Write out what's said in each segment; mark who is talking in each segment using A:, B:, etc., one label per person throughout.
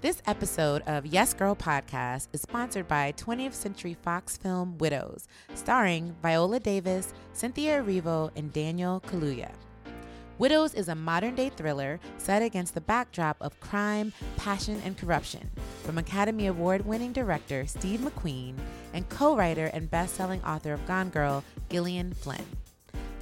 A: This episode of Yes Girl Podcast is sponsored by 20th Century Fox film Widows, starring Viola Davis, Cynthia Erivo, and Daniel Kaluuya. Widows is a modern day thriller set against the backdrop of crime, passion, and corruption from Academy Award winning director Steve McQueen and co writer and best selling author of Gone Girl, Gillian Flynn.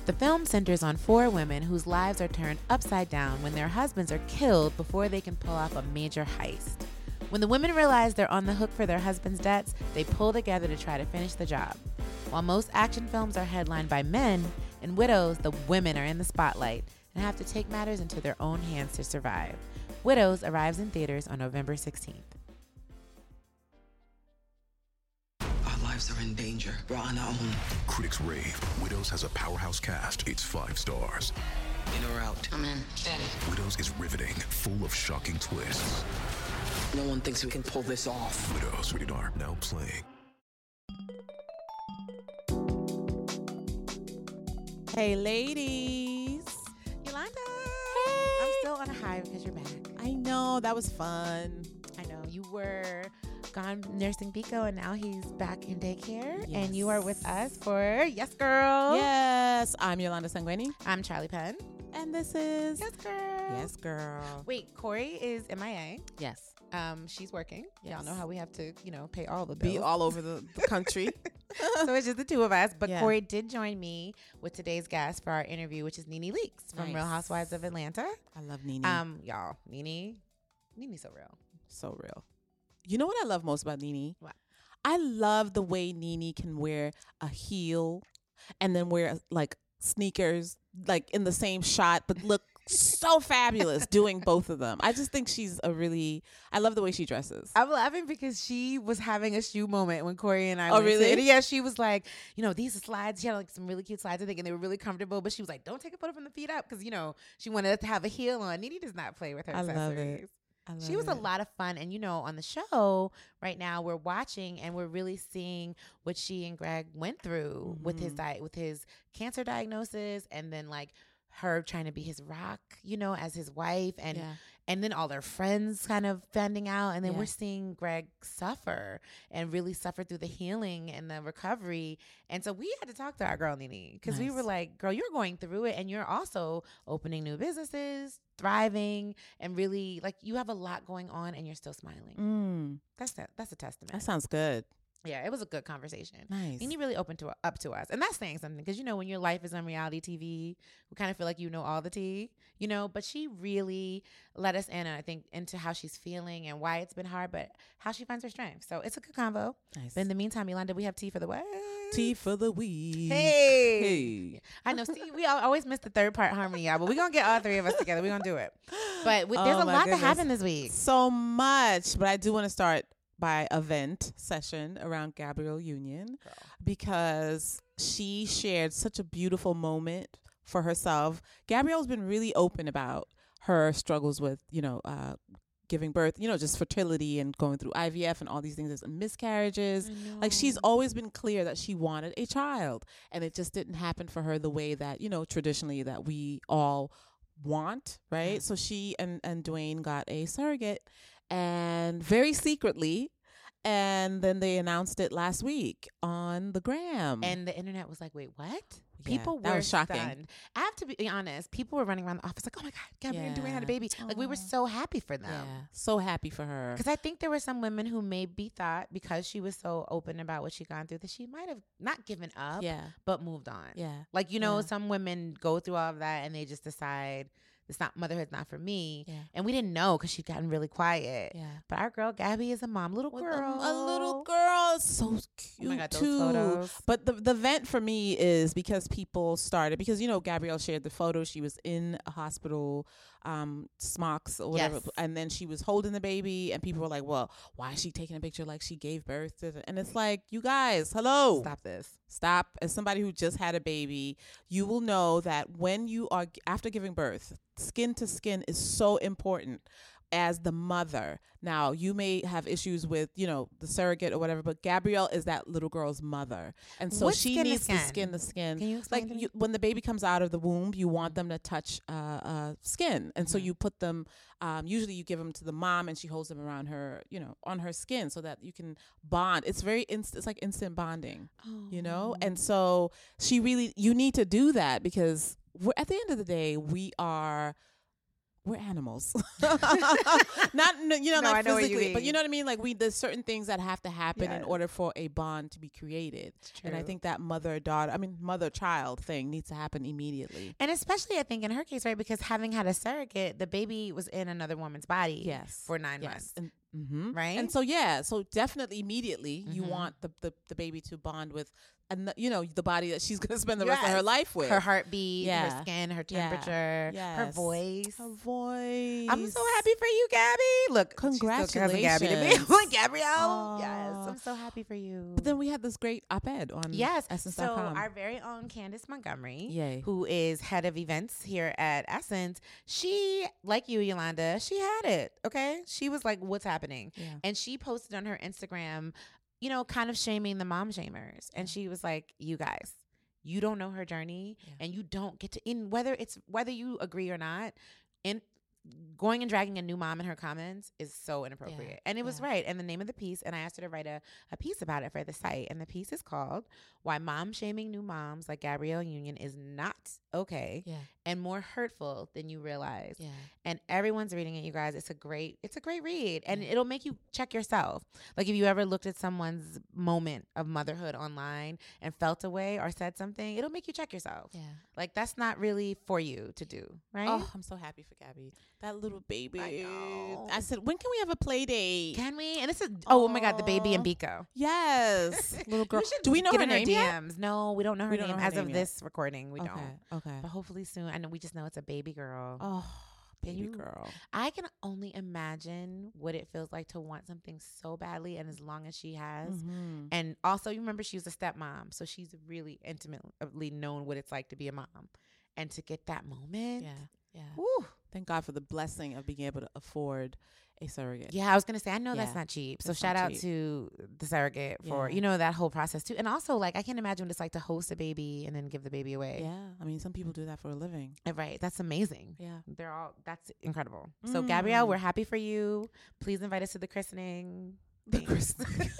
A: The film centers on four women whose lives are turned upside down when their husbands are killed before they can pull off a major heist. When the women realize they're on the hook for their husband's debts, they pull together to try to finish the job. While most action films are headlined by men, in Widows, the women are in the spotlight and have to take matters into their own hands to survive. Widows arrives in theaters on November 16th.
B: Our lives are in danger. We're on our own.
C: Critics rave. Widows has a powerhouse cast. It's five stars.
B: In or out.
D: I'm in.
C: Widows is riveting, full of shocking twists.
B: No one thinks we can pull this off.
C: Widows, rated R, now playing.
A: Hey, ladies.
E: Yolanda.
A: I'm still on a high because you're back.
E: I know that was fun.
A: I know you were gone nursing Pico and now he's back in daycare and you are with
E: Yes.
A: us for Yes Girl.
E: Yes, I'm Yolanda Sanguini,
A: I'm Charlie Penn.
E: and this is
A: Yes Girl.
E: Yes, girl.
A: Wait, Corey is MIA.
E: Yes,
A: Um, she's working. Y'all know
E: Yes.
A: how we have to, you know, pay all the bills.
E: be all over the, the country.
A: so it's just the two of us. But
E: Yeah.
A: Corey did join me with today's guest for our interview, which is Nene Leaks from Real
E: Nice.
A: Housewives of Atlanta.
E: I love Nene.
A: Um, y'all, Nene, Nene's so real.
E: so real. You know what I love most about Nene?
A: What?
E: I love the way Nene can wear a heel and then wear like sneakers, like in the same shot, but look so fabulous doing both of them. I just think she's a really. I love the way she dresses.
A: I'm laughing because she was having a shoe moment when Corey and I.
E: Oh,
A: went to-
E: really?
A: yeah, she was like, you know, these are slides. She had like some really cute slides, I think, and they were really comfortable. But she was like, don't take a photo from the feet up because you know she wanted us to have a heel on. Nene does not play with her
E: I love it.
A: accessories.
E: I
A: She
E: love
A: was a
E: it.
A: lot of fun. And, you know, on the show right now, we're watching and we're really seeing what she and Greg went through with his
E: Mhm.
A: diet, with his cancer diagnosis and then like her trying to be his rock, you know, as his wife and
E: Yeah.
A: and then all their friends kind of finding out and then
E: Yeah.
A: we're seeing Greg suffer and really suffer through the healing and the recovery. And so we had to talk to our girl Nene cuz we were
E: Nice.
A: like, "Girl, you're going through it and you're also opening new businesses, thriving, and really like you have a lot going on and you're still smiling.
E: Mm,
A: That's a, that's a testament.
E: that sounds good.
A: yeah, it was a good conversation.
E: Nice.
A: And you really opened to up to us, and that's saying something because you know when your life is on reality TV, we kind of feel like you know all the tea, you know. But she really let us in, and I think into how she's feeling and why it's been hard, but how she finds her strength. So it's a good convo.
E: Nice.
A: But in the meantime, Yolanda, we have tea for the what?
E: Tea for the week.
A: Hey. I know. See, we all, always miss the third part harmony, y'all, but we're gonna get all three of us together. We're gonna do it. But we, there's
E: Oh,
A: a
E: my
A: lot that
E: goodness.
A: happened this week.
E: So much, but I do want to start by event session around Gabrielle Union because she shared such a beautiful moment for herself. Gabrielle's been really open about her struggles with, you know, uh, giving birth, you know, just fertility and going through IVF and all these things, and miscarriages.
A: Oh.
E: Like she's always been clear that she wanted a child, and it just didn't happen for her the way that you know traditionally that we all want, right? So she and and Dwayne got a surrogate, and very secretly, and then they announced it last week on the gram.
A: And the internet was like, wait, what?
E: Mm-hmm. Yeah,
A: People
E: that
A: were
E: was shocking.
A: stunned. I have to be honest. People were running around the office like, "Oh my God, Gabrielle and Dwayne had a
E: Yeah.
A: baby!" Like we were
E: Aw.
A: so happy for
E: yeah,
A: them
E: so happy for her.
A: because I think there were some women who maybe thought because she was so open about what she'd gone through that she might have not given up,
E: Yeah,
A: but moved on.
E: yeah,
A: Like you know,
E: Yeah.
A: some women go through all of that and they just decide it's not motherhood's not for me.
E: yeah,
A: And we didn't know because she'd gotten really quiet.
E: yeah.
A: But our girl Gabby is a mom, little
E: With a-
A: girl,
E: a, little girl, so
A: Oh
E: cute
A: my God, those
E: too.
A: photos.
E: But the the vent for me is because people started because you know Gabrielle shared the photo. She was in a hospital, um, smocks or whatever,
A: Yes.
E: and then she was holding the baby, and people were like, "Well, why is she taking a picture like she gave birth?" to the-" And it's like, you guys, hello,
A: Stop this.
E: stop. As somebody who just had a baby, you will know that when you are after giving birth, skin to skin is so important. as the mother. Now, you may have issues with, you know, the surrogate or whatever, but Gabrielle is that little girl's mother. And so
A: What
E: she
A: skin to
E: needs to
A: skin?
E: skin the skin.
A: Can you explain
E: like
A: to me?
E: you, when the baby comes out of the womb, you want them to touch uh, uh, skin. And
A: Mm-hmm.
E: so you put them, um, usually you give them to the mom and she holds them around her, you know, on her skin so that you can bond. It's very, inst- it's like instant bonding you know and so she really you need to do that because we're, at the end of the day we are we're animals not n- you know
D: No, I
E: like
D: know what you
E: physically but you
D: mean.
E: know what i mean like we there's certain things that have to happen in
D: Yeah.
E: order for a bond to be created and i
A: true.
E: think that mother daughter i mean mother child thing needs to happen immediately
A: And especially, I think in her case, right, because having had a surrogate, the baby was in another woman's body
E: Yes.
A: E, for nine
E: yes
A: months,
E: and, mhm.
A: right?
E: And so yeah, so definitely immediately you
A: Mhm.
E: want the, the the baby to bond with, and you know the body that she's gonna spend the rest of her
A: Yes.
E: life with.
A: her heartbeat, her
E: Yeah.
A: skin, her
E: Yeah.
A: temperature, her
E: Yes.
A: voice.
E: Her voice.
A: I'm so happy for you, Gabby. Look, she's still cousin Gabby to me.
E: Congratulations.
A: Gabrielle.
E: Aw.
A: Yes, um, I'm so happy for you.
E: But then we had this great op-ed on
A: Yes. So
E: Essence.com.
A: our very own Candace Montgomery,
E: Yay.
A: who is head of events here at Essence, she, like you, Yolanda, she had it. Okay. She was like, what's happening?
E: Yeah.
A: And she posted on her Instagram, you know, kind of shaming the mom shamers. And she was like, you guys. You don't know her journey,
E: Yeah.
A: and you don't get to in whether it's whether you agree or not. In going and dragging a new mom in her comments is so inappropriate, and it was
E: yeah.
A: right. And the name of the piece, and I asked her to write a a piece about it for the site, and the piece is called why mom shaming new moms like Gabrielle Union is not okay
E: yeah,
A: and more hurtful than you realize.
E: yeah,
A: And everyone's reading it, you guys. It's a great, it's a great read. And
E: Yeah.
A: it'll make you check yourself. Like if you ever looked at someone's moment of motherhood online and felt away or said something, it'll make you check yourself.
E: yeah.
A: Like that's not really for you to do, right?
E: Oh, I'm so happy for Gabby. That little baby.
A: know.
E: I said, when can we have a play date?
A: Can we? And this is oh, my god, the baby and
E: Aw.
A: Biko.
E: yes, little girl.
A: You should
E: Do we know
A: get
E: her
A: in her
E: name yet?
A: DMs. No, we don't know her
E: We
A: name
E: don't know her
A: as of
E: name yet.
A: this recording. We
E: okay,
A: don't.
E: okay.
A: But hopefully soon. I know we just know it's a baby girl.
E: Oh,
A: Can
E: baby
A: you-
E: girl.
A: I can only imagine what it feels like to want something so badly and as long as she has.
E: Mhm.
A: And also, you remember she was a stepmom, so she's really intimately known what it's like to be a mom. And to get that moment.
E: Yeah, yeah.
A: Woo.
E: Thank God for the blessing of being able to afford a surrogate.
A: Yeah, I was gonna say I know
E: Yeah,
A: that's not cheap. So
E: that's
A: shout
E: not
A: out
E: cheap.
A: to the surrogate for
E: Yeah.
A: you know that whole process too. And also like I can't imagine what it's like to host a baby and then give the baby away.
E: Yeah, I mean, some
A: Mm-hmm.
E: people do that for a living.
A: Right. That's amazing.
E: Yeah.
A: They're all that's incredible. So Gabrielle,
E: Mm.
A: we're happy for you. Please invite us to the christening.
E: The
A: Thanks.
E: christening.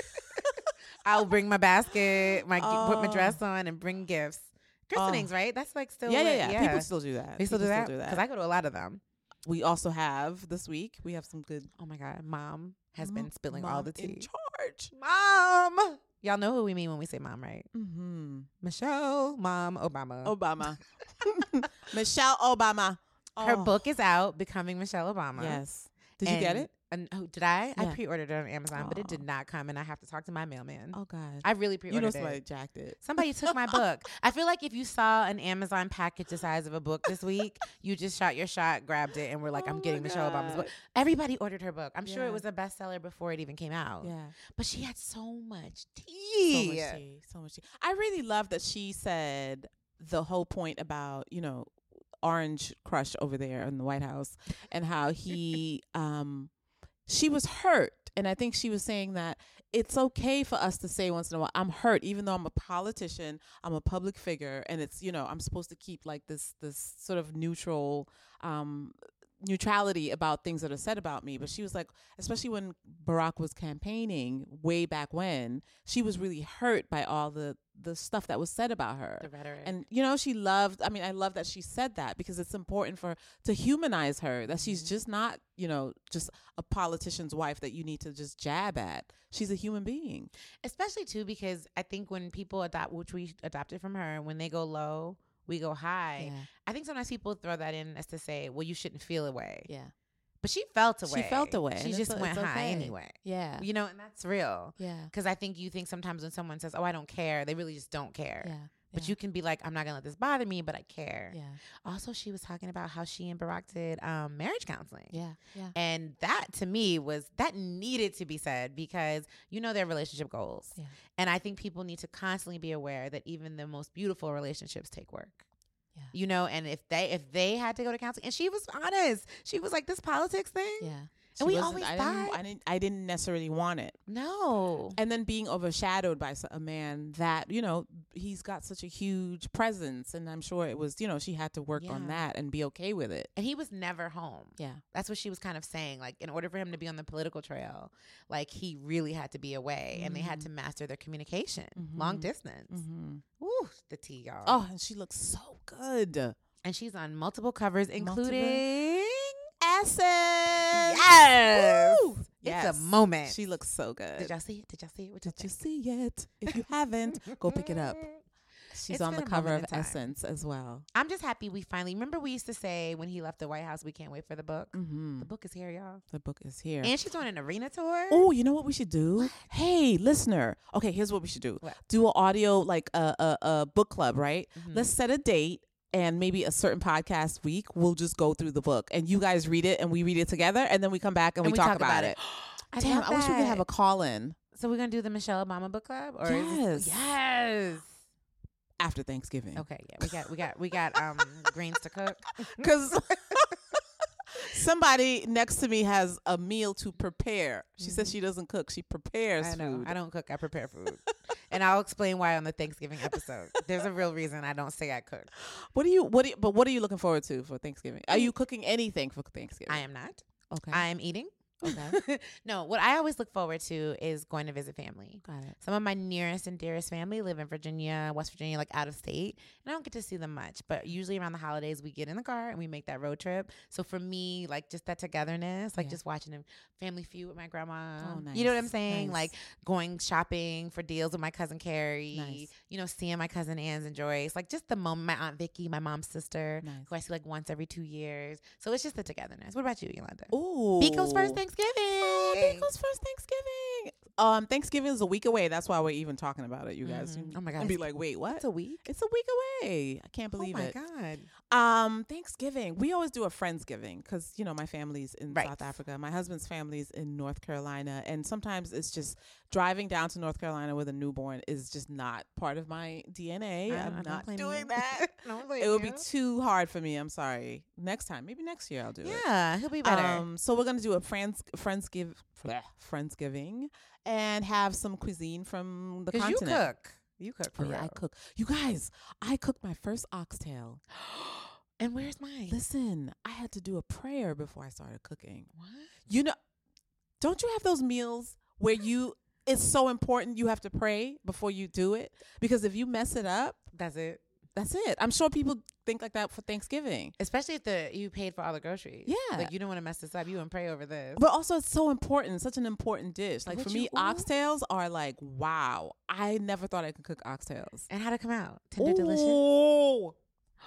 A: I'll bring my basket, my gi- put my
E: Oh.
A: dress on, and bring gifts. Christenings, right? That's like still
E: yeah,
A: lit.
E: yeah, yeah. People still do that.
A: They still do
E: People
A: that because I go to a lot of them.
E: we also have this week. We have some good.
A: Oh my god, mom has
E: Mom-
A: been spilling all
E: Mom
A: the
E: in
A: tea.
E: charge.
A: Mom, y'all know who we mean when we say mom, right?
E: Mm-hmm.
A: Michelle, mom, Obama.
E: Obama, Michelle Obama.
A: Her
E: Oh,
A: book is out, becoming Michelle Obama.
E: Yes. Did you get
A: And-
E: it?
A: And oh, did I? I
E: Yeah.
A: pre-ordered it on Amazon, but it did
E: Aw.
A: not come, and I have to talk to my mailman.
E: Oh God.
A: I really pre-ordered
E: you know
A: it.
E: somebody jacked it.
A: Somebody took my book. I feel like if you saw an Amazon package the size of a book this week, you just shot your shot, grabbed it, and were like,
E: Oh
A: I'm
E: my
A: getting Michelle Obama's book.
E: God.
A: Everybody ordered her book. I'm sure
E: Yeah.
A: it was a bestseller before it even came out.
E: Yeah.
A: But she had so much
E: So
A: tea.
E: much tea. So much tea. I really love that she said the whole point about, you know, Orange Crush over there in the White House and how he um she was hurt. And I think she was saying that it's okay for us to say once in a while, I'm hurt, even though I'm a politician, I'm a public figure, and it's, you know, I'm supposed to keep like this this sort of neutral um neutrality about things that are said about me. But she was like, especially when Barack was campaigning way back when, she was really hurt by all the the stuff that was said about her.
A: The rhetoric.
E: And you know, she loved. I mean, I love that she said that because it's important for to humanize her that she's
A: Mm-hmm.
E: just not, you know, just a politician's wife that you need to just jab at. She's a human being.
A: Especially too, because I think when people adopt, which we adopted from her, when they go low, we go high. I think sometimes people throw that in as to say, well, you shouldn't feel away.
E: Yeah.
A: But she felt
E: She
A: away.
E: felt away, and
A: She
E: it's
A: just
E: o- it's
A: went high
E: okay.
A: anyway.
E: Yeah.
A: You know, and that's real.
E: Yeah.
A: Because I think you think sometimes when someone says, "Oh, I don't care," they really just don't care. But you can be like, "I'm not gonna let this bother me," but I care.
E: Yeah.
A: Also, she was talking about how she and Barack did um, marriage counseling.
E: Yeah. Yeah.
A: And that to me was that needed to be said because you know their relationship goals.
E: Yeah.
A: And I think people need to constantly be aware that even the most beautiful relationships take work.
E: Yeah.
A: You know, and if they if they had to go to counseling and she was honest. She was like, This politics thing,
E: Yeah. She
A: we
E: wasn't-
A: always
E: I didn't,
A: thought-
E: I didn't. Mm-hmm. I didn't necessarily want it.
A: No.
E: And then being overshadowed by s- a man that you know he's got such a huge presence, and I'm sure it was you know she had to work
A: Yeah.
E: on that and be okay with it.
A: And he was never home.
E: Yeah.
A: That's what she was kind of saying. Like, in order for him to be on the political trail, like he really had to be away, and they had
E: Mhm.
A: to master their communication, long
E: Mhm.
A: distance.
E: Mm-hmm.
A: Woo, the tea, y'all.
E: Oh, and she looks so good.
A: and she's on multiple covers,
E: Multiple-
A: including
E: Essence.
A: Yes.
E: Woo!
A: It's a moment.
E: She looks so good.
A: Did y'all see it? Did y'all see it? What y'all
E: Did you see it? If you haven't, go pick it up.
A: think?
E: She's
A: It's
E: on
A: been
E: the
A: a
E: cover
A: moment in
E: of
A: time.
E: Essence as well.
A: I'm just happy we finally remember we used to say when he left the White House, we can't wait for the book.
E: Mm-hmm.
A: The book is here, y'all.
E: The book is here.
A: And she's doing an arena tour.
E: Oh, you know what we should do? Hey, listener. Okay, here's what we should do.
A: What?
E: Do an audio like a a, a book club, right?
A: Mhm.
E: Let's set a date and maybe a certain podcast week. We'll just go through the book and you guys read it and we read it together and then we come back and, we, talk, about, it.
A: I
E: Damn,
A: love
E: I wish we could have
A: that.
E: a call in
A: So we're gonna do the Michelle Obama book club, or is this-
E: Yes.
A: yes,
E: after Thanksgiving.
A: okay, yeah, we got, we got, we got um greens to cook.
E: Because somebody next to me has a meal to prepare. She says she doesn't cook, she prepares
A: Mm-hmm. I know
E: food.
A: I don't cook, I prepare food, and I'll explain why on the Thanksgiving episode. There's a real reason I don't say I cook.
E: What do you what do you, but what are you looking forward to for Thanksgiving? Are you cooking anything for Thanksgiving?
A: I am not.
E: Okay.
A: I am eating.
E: okay.
A: no, what I always look forward to is going to visit family.
E: Got it.
A: Some of my nearest and dearest family live in Virginia, West Virginia, like out of state, and I don't get to see them much. But usually around the holidays, we get in the car and we make that road trip. So for me, like just that togetherness, like
E: Yeah.
A: just watching a Family Feud with my grandma.
E: Oh,
A: You know what
E: nice,
A: I'm saying?
E: nice.
A: Like going shopping for deals with my cousin Carrie.
E: Nice.
A: You know, seeing my cousin Ann's and Joyce. Like just the moment, my aunt Vicky, my mom's sister,
E: Nice.
A: who I see like once every two years. So it's just the togetherness. What about you, Yolanda?
E: Ooh.
A: Pico's first Thanksgiving.
E: Oh, Pico's first Thanksgiving. Um, Thanksgiving is a week away. That's why we're even talking about it, you guys.
A: Mhm.
E: You-
A: Oh my God,
E: And be
A: it's-
E: like, wait, what?
A: It's a week.
E: It's a week away. I can't believe
A: oh my
E: it.
A: god.
E: Um, Thanksgiving. We always do a friendsgiving because you know my family's in
A: Right.
E: South Africa. My husband's family's in North Carolina, and sometimes it's just driving down to North Carolina with a newborn is just not part of my DNA.
A: I- I
E: I'm
A: don't
E: not
A: blame
E: doing
A: you.
E: that.
A: I don't blame
E: it would be
A: you.
E: too hard for me. I'm sorry. Next time, maybe next year I'll do it.
A: Yeah, he'll be better.
E: Um, so we're gonna do a friends friends give friendsgiving and have some cuisine from the
A: Cause you
E: continent.
A: cook. You cook for
E: Oh, yeah, I
A: real.
E: cook. You guys, I cooked my first oxtail.
A: And where's mine?
E: Listen, I had to do a prayer before I started cooking.
A: What?
E: You know, don't you have those meals where you it's so important you have to pray before you do it? Because if you mess it up,
A: That's it.
E: that's it. I'm sure people think like that for Thanksgiving.
A: Especially if the you paid for all the groceries.
E: Yeah.
A: Like you don't want to mess this up. You wouldn't pray over this.
E: But also it's so important, such an important dish. Like for
A: Would
E: me,
A: you- ooh.
E: oxtails are like, wow. I never thought I could cook oxtails.
A: and how'd it come out? Tender delicious.
E: Ooh.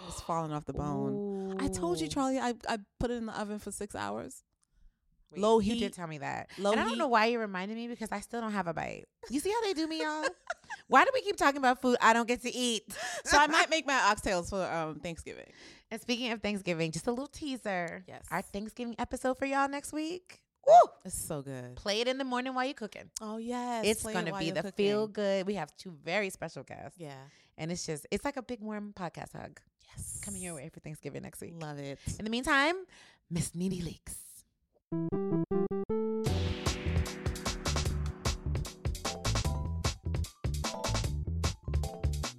E: It's falling off the bone. I told you,
A: Ooh.
E: Charlie, I, I put it in the oven for six hours.
A: Wait,
E: low
A: You
E: heat-
A: did tell me that.
E: low
A: and I don't
E: heat.
A: know why you reminded me because I still don't have a bite. You see how they do me, y'all? why do we keep talking about food I don't get to eat?
E: So I might make my oxtails for um, Thanksgiving.
A: And speaking of Thanksgiving, just a little teaser.
E: Yes.
A: Our Thanksgiving episode for y'all next week.
E: It's so good.
A: Play it in the morning while you're cooking.
E: Oh yes,
A: it's
E: play it
A: gonna
E: while
A: be
E: you're
A: the
E: cooking.
A: feel good. We have two very special guests,
E: Yeah.
A: and it's just it's like a big warm podcast hug
E: Yes.
A: coming your way for Thanksgiving next week.
E: Love it.
A: In the meantime, Miss Nene leaks. Well,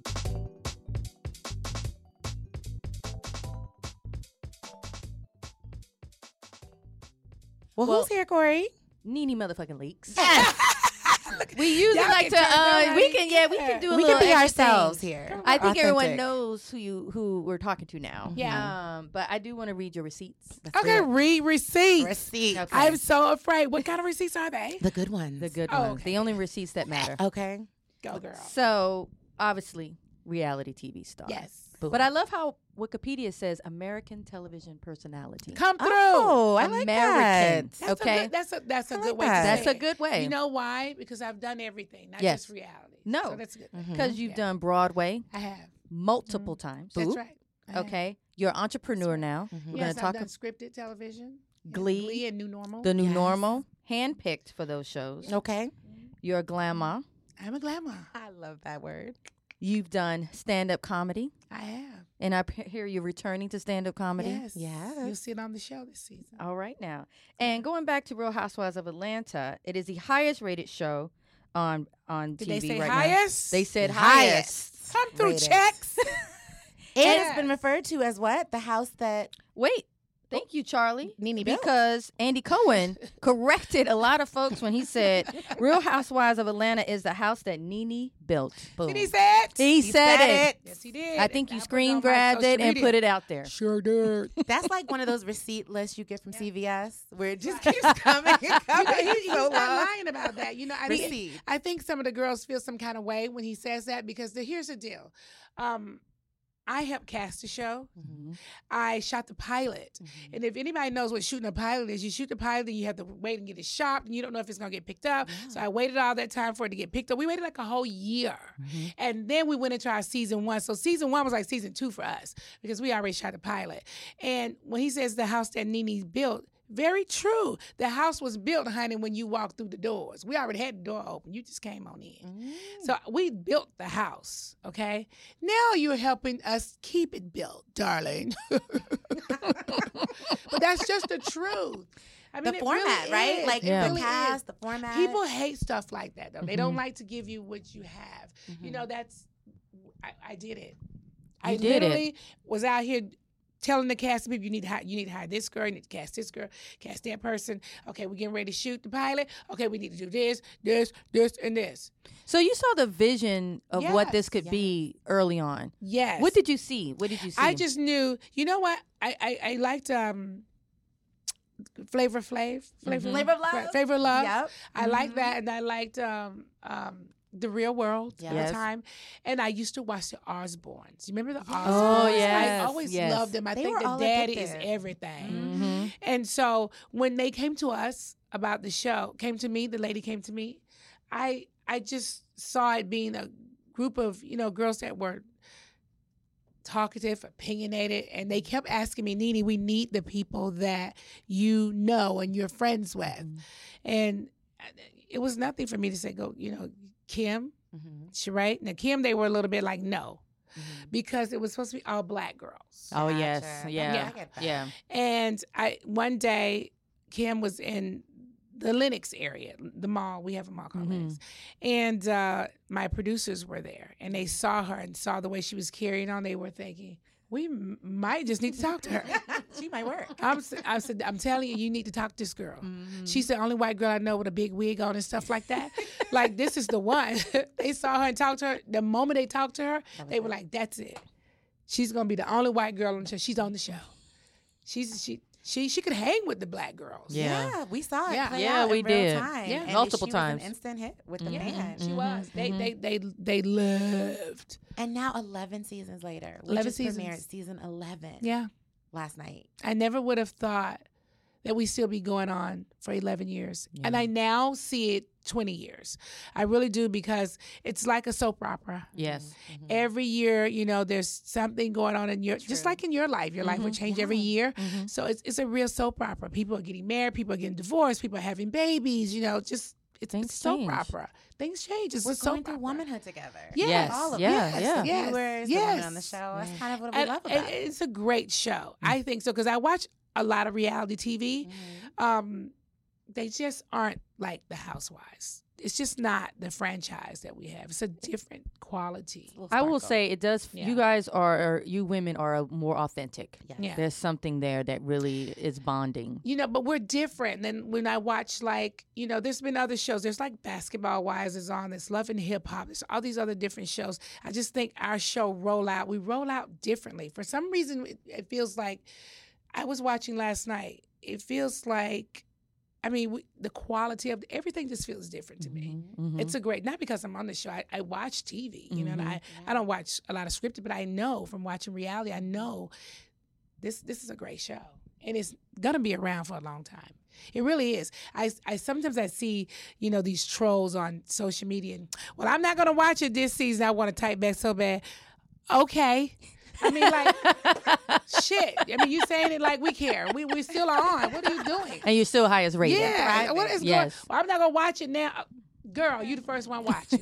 D: Well-
A: who's here, Corey?
D: Nene motherfucking leaks.
A: we
D: We like to, uh, we can, yeah, we can do a
A: we
D: little
A: can be
D: extra
A: ourselves
D: thing.
A: here.
D: I think everyone
A: Authentic.
D: knows who you who we're talking to now. Yeah. Um, but I do want to read your receipts.
F: Okay, read receipts.
A: Receipt.
D: Okay.
F: I'm so afraid. What kind of receipts are they?
A: The good ones.
D: the good
F: Oh,
D: ones,
F: okay.
D: the only receipts that matter.
A: Okay.
F: Go, girl.
D: So obviously, reality TV star.
F: Yes.
D: But I love how Wikipedia says American television personality.
F: Come through.
A: Oh, I like that.
D: American.
F: That's
D: okay.
F: A good, that's a that's a
A: I
F: good
A: like
F: way. To
A: that.
D: That's
F: say
D: a
F: it.
D: good way.
F: You know why? Because I've done everything, not
D: Yes.
F: just reality.
D: No. Mm-hmm.
F: so that's a good. thing.
D: because you've done Broadway
F: I have.
D: multiple times.
F: That's right. I have.
D: Okay. You're an entrepreneur now. We're
F: mm-hmm. yes,
D: going to talk
F: I've done
D: about
F: scripted television. and
D: Glee.
F: Glee and New Normal.
D: the new normal, handpicked for those shows.
A: Okay.
D: You're a glamour.
F: I'm a glamour.
A: I love that word.
D: You've done stand up comedy
F: I have.
D: and I p- hear you're returning to stand up comedy.
F: Yes. You'll
A: Yes.
F: see it on the show this season.
D: All right now. And going back to Real Housewives of Atlanta, it is the highest rated show on on
F: Did
D: TV
F: they say
D: right now.
F: highest?
D: They said highest.
A: Highest.
F: come through
A: rated.
F: checks.
A: It has been referred to as what? The house that
D: Wait. Thank you,
F: Oh,
D: Charlie.
A: Nene built.
D: because Andy Cohen corrected a lot of folks when he said Real Housewives of Atlanta is the house that Nene built. Boom.
F: Did he say it?
D: He said it.
F: Yes, he did.
D: I think you
F: put it
D: screen
F: on my
D: grabbed
F: social
D: it and
F: media.
D: put it out there.
E: Sure did.
A: That's like one of those receipt lists you get from CVS where it just
F: Right.
A: keeps coming. and
F: You know,
A: coming.
F: he- he's
A: so
F: not
A: long.
F: lying about that. You know, I think
A: Receipt.
F: I think some of the girls feel some kind of way when he says that because the, here's the deal. Um, I helped cast the show. I shot the pilot. And if anybody knows what shooting a pilot is, you shoot the pilot and you have to wait and get it shopped and you don't know if it's going to get picked up. So I waited all that time for it to get picked up. We waited like a whole year. And then we went into our season one. So season one was like season two for us because we already shot the pilot. And when he says the house that Nene built, very true. The house was built, honey, when you walked through the doors. We already had the door open. You just came on in.
D: Mm-hmm.
F: So we built the house, okay? Now you're helping us keep it built, darling. but that's just the truth. I mean,
A: the
F: it
A: format,
F: really
A: right?
F: is.
A: Like
F: It
A: the
F: really is.
A: cast, the format.
F: People hate stuff like that, though. They
D: Mm-hmm.
F: don't like to give you what you have. You know, that's, I, I did it. I
D: You did it.
F: literally was out here telling the casting people, you need to hire, you need to hire this girl, you need to cast this girl, cast that person. Okay, we're getting ready to shoot the pilot. Okay, we need to do this, this, this, and this.
D: So you saw the vision of what this could be early on.
F: Yes.
D: What did you see? What did you see?
F: I just knew. You know what? I I, I liked um, Flavor Flav.
D: Mm-hmm.
F: Flavor
A: Flavor of Love?
F: Flavor of Love.
A: Yep.
F: I liked that, and I liked um um. The Real World at
D: Yes.
F: the time, and I used to watch the Osbournes. You remember the Osbournes?
D: Oh, yes,
F: I always
D: yes.
F: loved them. I
A: They
F: think
A: were
F: the
A: all up
F: dad is
A: there.
F: everything.
D: Mhm.
F: And so when they came to us about the show, came to me, the lady came to me, I I just saw it being a group of, you know, girls that were talkative, opinionated, and they kept asking me, Nene, we need the people that you know and you're friends with. And uh, it was nothing for me to say, go, you know, Kim, Mm-hmm. right? Now Kim, they were a little bit like, no. Because it was supposed to be all black girls.
D: Oh yes,
A: Gotcha.
D: yeah,
F: Yeah.
A: I get that.
D: yeah.
F: And I one day, Kim was in the Lenox area, the mall. We have a mall called
D: Mhm.
F: Lenox.
A: Mm-hmm.
F: And uh, my producers were there, and they saw her and saw the way she was carrying on. They were thinking, we m- might just need to talk to her.
A: She might work. Mm-hmm.
F: I'm, s- I said, I'm telling you, you need to talk to this girl. She's the only white girl I know with a big wig on and stuff like that. like, this is the one. they saw her and talked to her. The moment they talked to her, they were like, that's it. She's going to be the only white girl until she's on the show. She's, she, she, she could hang with the black girls.
A: Yeah.
D: Yeah.
A: we saw it.
F: Yeah.
A: play
D: Yeah,
A: out
D: we
A: in real
D: did.
A: Time.
F: Yeah. Mm-hmm.
A: And
D: Multiple
A: she
D: times. Mm-hmm.
A: Was an instant hit with the
F: Yeah,
A: man.
F: she was. They, they, they, they loved.
A: And now, 11 seasons later, we
F: 11
A: just premiered
F: seasons.
A: season 11
F: Yeah.
A: last night.
F: I never would have thought that we still be going on for 11 years. And I now see it 20 years. I really do because it's like a soap opera.
D: Yes.
A: Mm-hmm.
F: Every year, you know, there's something going on in your just like in your life. Your life will
A: Mm-hmm.
F: change every year.
D: Mm-hmm.
F: So it's it's a real soap opera. People are getting married, people are getting divorced, people are having babies, you know, just it's,
D: Things
F: it's soap
D: change.
F: opera. Things change. It's
A: We're
F: a soap
A: going through
F: opera.
A: womanhood together.
F: Yes.
D: Yes.
A: All of
D: Yeah,
A: us,
D: yeah.
A: the
F: Yes,
A: viewers, the women on the
F: yes.
A: show. That's kind of what we
F: And-
A: love Mm.
F: and
A: about it.
F: it's a great show. I think so because I watch a lot of reality TV.
A: Mm-hmm.
F: Um, they just aren't like the Housewives. It's just not the franchise that we have. It's a different quality.
A: Little
D: I will
A: sparkle.
D: say it does.
F: Yeah.
D: You guys are, are, you women are more authentic.
A: Yes.
F: Yeah.
D: There's something there that really is bonding.
F: You know, but we're different than when I watch like you know. There's been other shows. There's like Basketball Wives is on. There's Love and Hip Hop. There's all these other different shows. I just think our show roll out. We roll out differently. For some reason, it, it feels like I was watching last night. It feels like, I mean, we, the quality of everything just feels different to me.
D: Mhm.
F: It's a great not because I'm on the show. I, I watch TV, you know. And
D: Mhm.
F: I I don't watch a lot of scripted, but I know from watching reality, I know this this is a great show, and it's gonna be around for a long time. It really is. I, I sometimes I see you know these trolls on social media. And, well, I'm not gonna watch it this season. I want to type back so bad. Okay. I mean, like, shit. I mean, you saying it like we care. We we still on. What are you doing?
D: Mm-hmm. and you're still highest rated.
F: Yeah. What is
D: Yes.
F: going? Well, I'm not gonna watch it now. Girl, you the first one watching.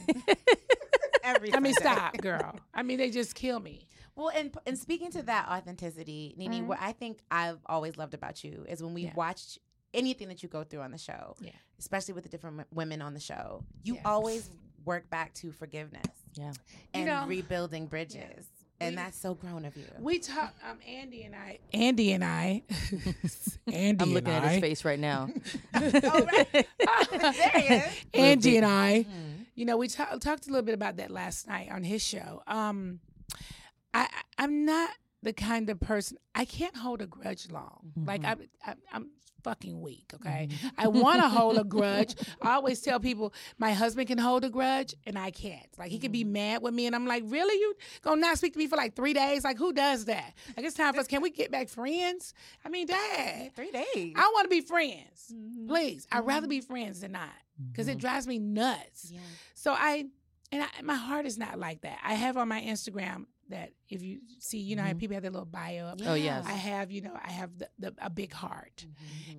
A: Every
F: I mean,
A: Sunday.
F: stop, girl. I mean, they just kill me.
A: Well, and and speaking to that authenticity, Nene,
F: Mm-hmm.
D: Mhm.
A: what I think I've always loved about you is when we
D: Yeah.
A: watched anything that you go through on the show,
D: Yeah.
A: especially with the different wo- women on the show, you
F: Yeah.
A: always work back to forgiveness.
D: Yeah.
A: and
F: know,
A: rebuilding bridges, and
F: we-
A: that's so grown of you.
F: We talk. Um, Andy and I. Andy and I. Andy
D: I'm looking
F: and
D: at his
F: I.
D: face right now.
F: Angie and I. You know, we ta- talked a little bit about that last night on his show. Um, I I- I'm not the kind of person I can't hold a grudge long. Like I'm I'm, I'm fucking weak. Okay, I want to hold a grudge. I always tell people my husband can hold a grudge and I can't. Like he could be mad with me and I'm like, really, you gonna not speak to me for like three days? Like who does that? Like it's time for us. Can we get back friends? I mean, Dad.
A: Eh, Three days.
F: I want to be friends. Please, I'd rather be friends than not, because it drives me nuts. So I, and I, my heart is not like that. I have on my Instagram that if you see, you know, how people have their little bio up.
D: Oh, yes.
F: I have, you know, I have the, the, a big heart,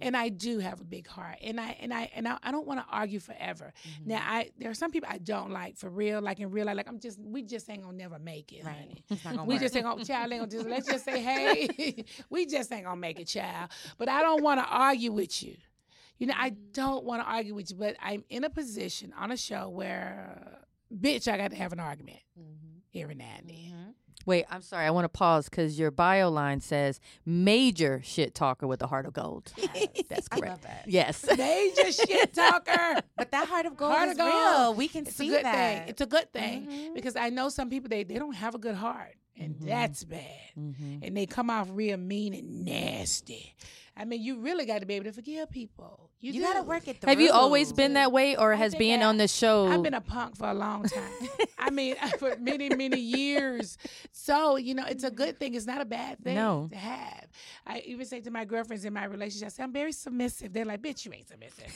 F: and I do have a big heart, and I and I and I, I don't want to argue forever. Now, I there are some people I don't like for real, like in real life, like I'm just we just ain't gonna never make it, honey.
A: Right. It's not gonna
F: We
A: work.
F: just ain't gonna child ain't gonna just let's just say hey, we just ain't gonna make it, child. But I don't want to argue with you. You know, I
A: Mm.
F: don't want to argue with you, but I'm in a position on a show where, uh, bitch, I got to have an argument
A: Mm-hmm.
F: every now and then.
D: Wait, I'm sorry. I want to pause because your bio line says major shit talker with a heart of gold. That's
A: I
D: correct.
A: love that.
D: Yes.
F: Major shit talker.
A: But that heart of gold
F: Heart
A: is
F: of gold.
A: real. We can
F: It's
A: see
F: a good
A: that. Mm-hmm.
F: thing. It's a good thing because I know some people they they don't have a good heart, and that's bad.
D: Mm-hmm.
F: And they come off real mean and nasty. I mean, you really got to be able to forgive people. You,
A: you gotta
F: do.
A: work it through.
D: Have you always been that way, or
F: I
D: has
F: think
D: being
F: I-
D: on the show?
F: I've been a punk for a long time. I mean, for many, many years. So, you know, it's a good thing. It's not a bad thing
D: No.
F: to have. I even say to my girlfriends in my relationship, I say, I'm very submissive. They're like, bitch, you ain't submissive.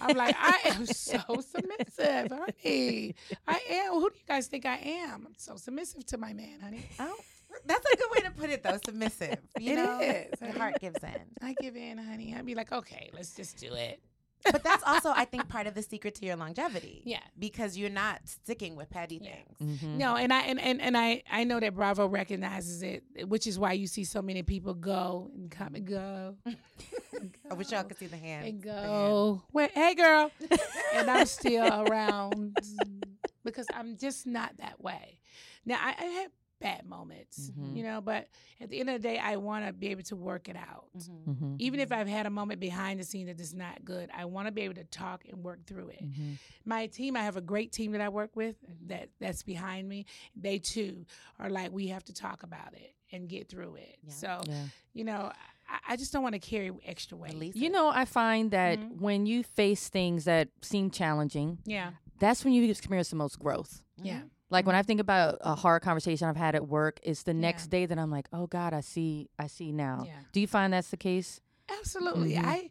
F: I'm like, I am so submissive, honey. I am. Who do you guys think I am? I'm so submissive to my man, honey.
A: Oh, that's a good way to put it, though. Submissive. You
F: It
A: know,
F: is.
A: your heart gives in.
F: I give in, honey. I'd be like, okay, let's just do it.
A: But that's also, I think, part of the secret to your longevity.
F: Yeah.
A: Because you're not sticking with petty
F: Yeah.
A: things.
D: Mhm.
A: Mm-hmm.
F: No, and I and, and, and I, I know that Bravo recognizes it, which is why you see so many people go and come and go.
A: I wish y'all could see the hand.
F: and
A: the hand.
F: go, "Where- hey girl, and I'm still around because I'm just not that way. Now I, I had bad moments,
D: Mhm.
A: Mm-hmm.
F: you know, but at the end of the day, I want to be able to work it out.
A: Mhm.
D: Mhm.
F: Even if I've had a moment behind the scene that is not good, I want to be able to talk and work through it.
D: Mhm.
F: My team, I have a great team that I work with that that's behind me. They too are like, we have to talk about it and get through it.
A: Yeah.
F: So,
D: Yeah.
F: you know, I, I just don't want to carry extra weight.
A: Release
D: You
A: it.
D: know, I find that
F: Mhm.
D: when you face things that seem challenging,
F: Yeah,
D: that's when you experience the most growth.
F: yeah.
D: Like when I think about a hard conversation I've had at work, it's the
F: Yeah.
D: next day that I'm like, "Oh God, I see, I see now."
F: Yeah.
D: Do you find that's the case?
F: Absolutely.
D: Mhm.
F: I